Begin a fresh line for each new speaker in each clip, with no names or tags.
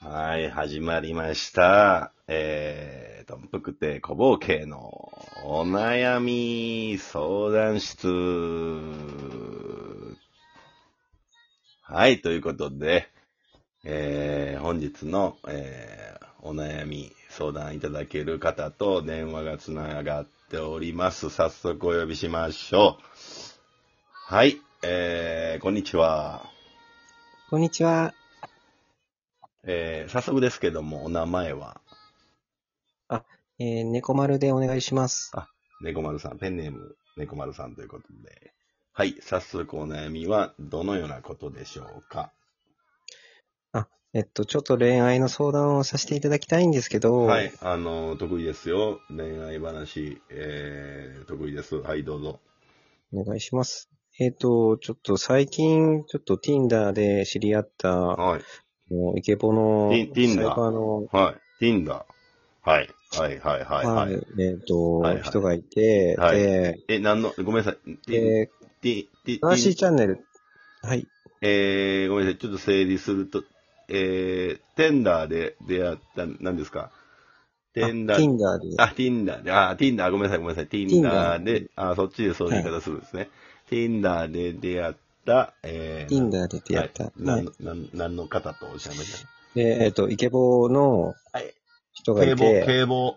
はい、始まりました。えー、とんぷくて小ぼうけいのお悩み相談室。はい、ということで、えー、本日の、えー、お悩み相談いただける方と電話がつながっております。早速お呼びしましょう。はい、えー、こんにちは。
こんにちは。
えー、早速ですけども、お名前は
えー、猫丸でお願いします。
猫丸さん、ペンネーム猫丸さんということで。はい、早速お悩みはどのようなことでしょうか。
えっと、ちょっと恋愛の相談をさせていただきたいんですけど、
はい、あの、得意ですよ。恋愛話、えー、得意です。はい、どうぞ。
お願いします。えっと、ちょっと最近、ちょっと Tinder で知り合った、あ
はい、
のイケボの、
ティ Tinder
サイバーの、
はい、Tinder。はい、はい、はい、はい、
は
はいい。
えっと、
はいはい
人がいて、
はい
で、
え、なんの、ごめんなさい。Tin-
で、
Tin- Tin-
悲しいチャンネル、はい、
えー、ごめんなさい。ちょっと整理すると、えー、Tinder で出会った、何ですか
あ
Tinder
Tinder で、
あ、Tinder で、あ、Tinder、ごめんなさい、ごめんなさい、Tinder で、あ、そっちでそういう言い方するんですね。Tinder で出会った、えー、
Tinder で出会った、
な
は
ん
い
の、なん、なんの方とおっしゃいました
で、えっと、イケボの
はい
人がい
警棒、
て、
警棒、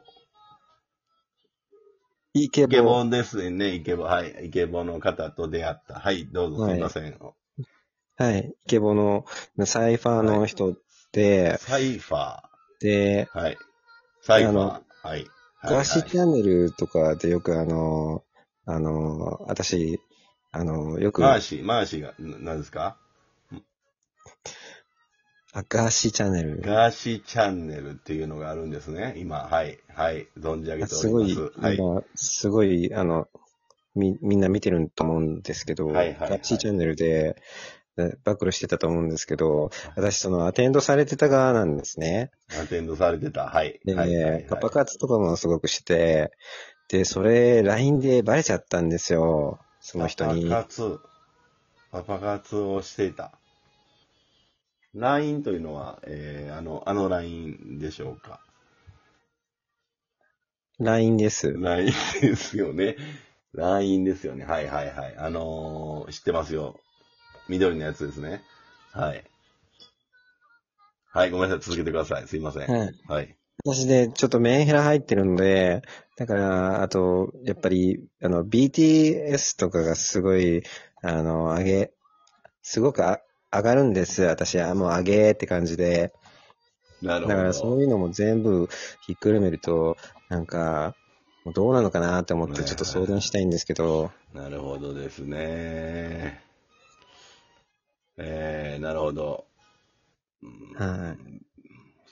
イケ
イケボ
ボ、
ンですね、イケボン、はい、イケボンの方と出会った。はい、どうぞ、
はい
すいません。
はい、イケボのサイファーの人で、
サイファ
で、
ー、はい。サイファー、
あの
はい。はい
ガシチ
は
ャンネルとかでよくあの、あの、私、あの、よ
い
く、
マー
あ
シー、マーシーが、ななんですか
ガシチャンネル。
ガーシーチャンネルっていうのがあるんですね。今、はい、はい、存じ上げてお
す
り
ご
ま
い、
す。はい。
今、すごい、あの、み、みんな見てると思うんですけど、
はいはいはい
ガシチャンネルで、え暴露してたと思うんですけど、私、その、アテンドされてた側なんですね。
アテンドされてた。はい。
で、
はいはいはい
パパ活とかもすごくしてて、で、それ、LINE でバレちゃったんですよ。その人に。
パパ活。パパ活をしていた。LINE というのは、えー、あの、あの LINE でしょうか。
LINE です。
LINE ですよね。LINE ですよね。はいはいはい。あのー知ってますよ。緑のやつですね。はい。はい、ごめんなさい。続けてください。すいません。
はい。
はい。
私で、ちょっとメンヘラ入ってるので、だから、あと、やっぱり、あの、BTS とかがすごい、あの、上げ、すごくあ上がるんです。私はもう上げって感じで。
なる
だ
ほど。
からそういうのも全部ひっくるめると、なんか、もうどうなのかなって思って、ちょっと相談したいんですけど、
なるほどですね。えー、なるほど。うん
はい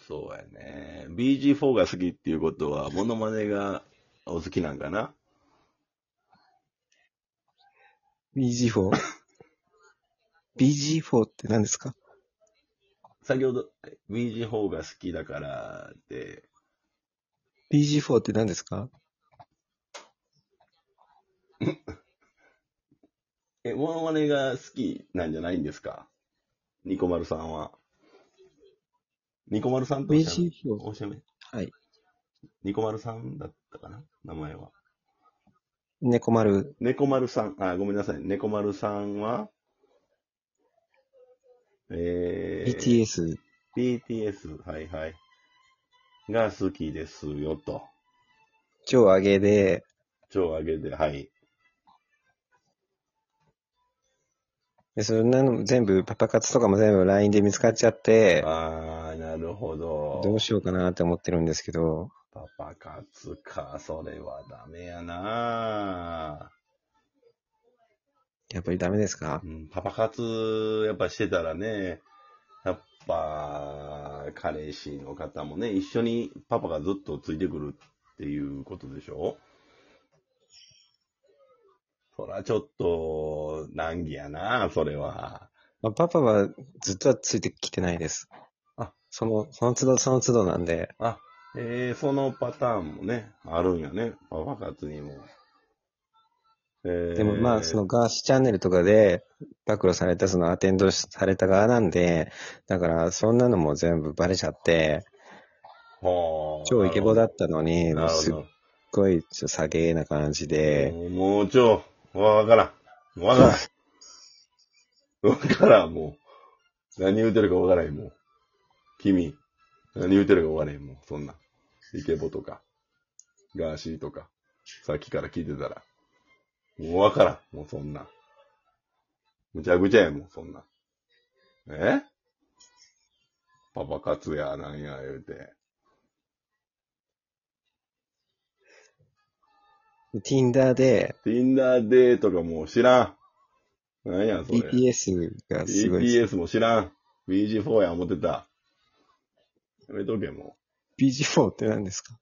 そうやね。BG4 が好きっていうことは、モノマネがお好きなんかな
BG4。BG4 って何ですか
先ほど、BG4 が好きだからって、
?BG4 って何ですか
え、モノマネが好きなんじゃないんですかニコマルさんは。ニコマルさんとおっしゃる
?BG4。
おっしゃる
はい。
ニコマルさんだったかな名前は。
猫丸。
猫丸さん、あ、ごめんなさい。猫丸さんは、えー、
BTS。
BTS、はいはい。が好きですよと。
超上げで、
超上げで、はい。
で、そんなの全部、パパ活とかも全部 LINE で見つかっちゃって、
あー、なるほど。
どうしようかなって思ってるんですけど、
パパ活か、それはダメやな
やっぱりダメですか
うん、パパ活、やっぱしてたらね、やっぱ、彼氏の方もね、一緒にパパがずっとついてくるっていうことでしょそらちょっと、難儀やな、それは。
まあ、パパはずっとはついてきてないです。
あ、
その、その都度その都度なんで、
あ、えー、そのパターンもね、あるんやね、パパ活にも。で
でもまあ、その、ガーシチャンネルとかで暴露された、そのアテンドされた側なんで、だからそんなのも全部バレちゃって、
はあ
超イケボだったのに、
な
もう
るほ
すっ
ど。
ごいちょっと下げな感じで、
もう超、わからん。わからん。わからん、もう。何言うてるかわからへん、もう。君、何言うてるかわからへん、もう。そんな。イケボとか、ガーシーとか、さっきから聞いてたら。もうわからん、もうそんな。むちゃくちゃや、もう、そんな。えパパ活や、なんや、言うて。
Tinder で
Tinder でとかもう知らん。なんや、それ。
BTS がすごい、
EPS も知らん。BG4 や思ってた。やめとけも
BG4 って何ですか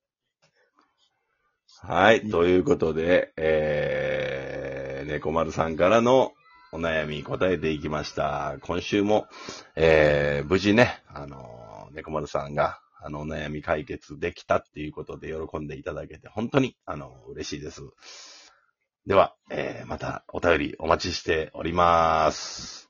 う。はい。ということで、えー、猫丸さんからのお悩み答えていきました。今週も、えー、無事ね、あのー、猫丸さんが、あの、お悩み解決できたっていうことで喜んでいただけて、本当に、あの、嬉しいです。では、えー、またお便りお待ちしております。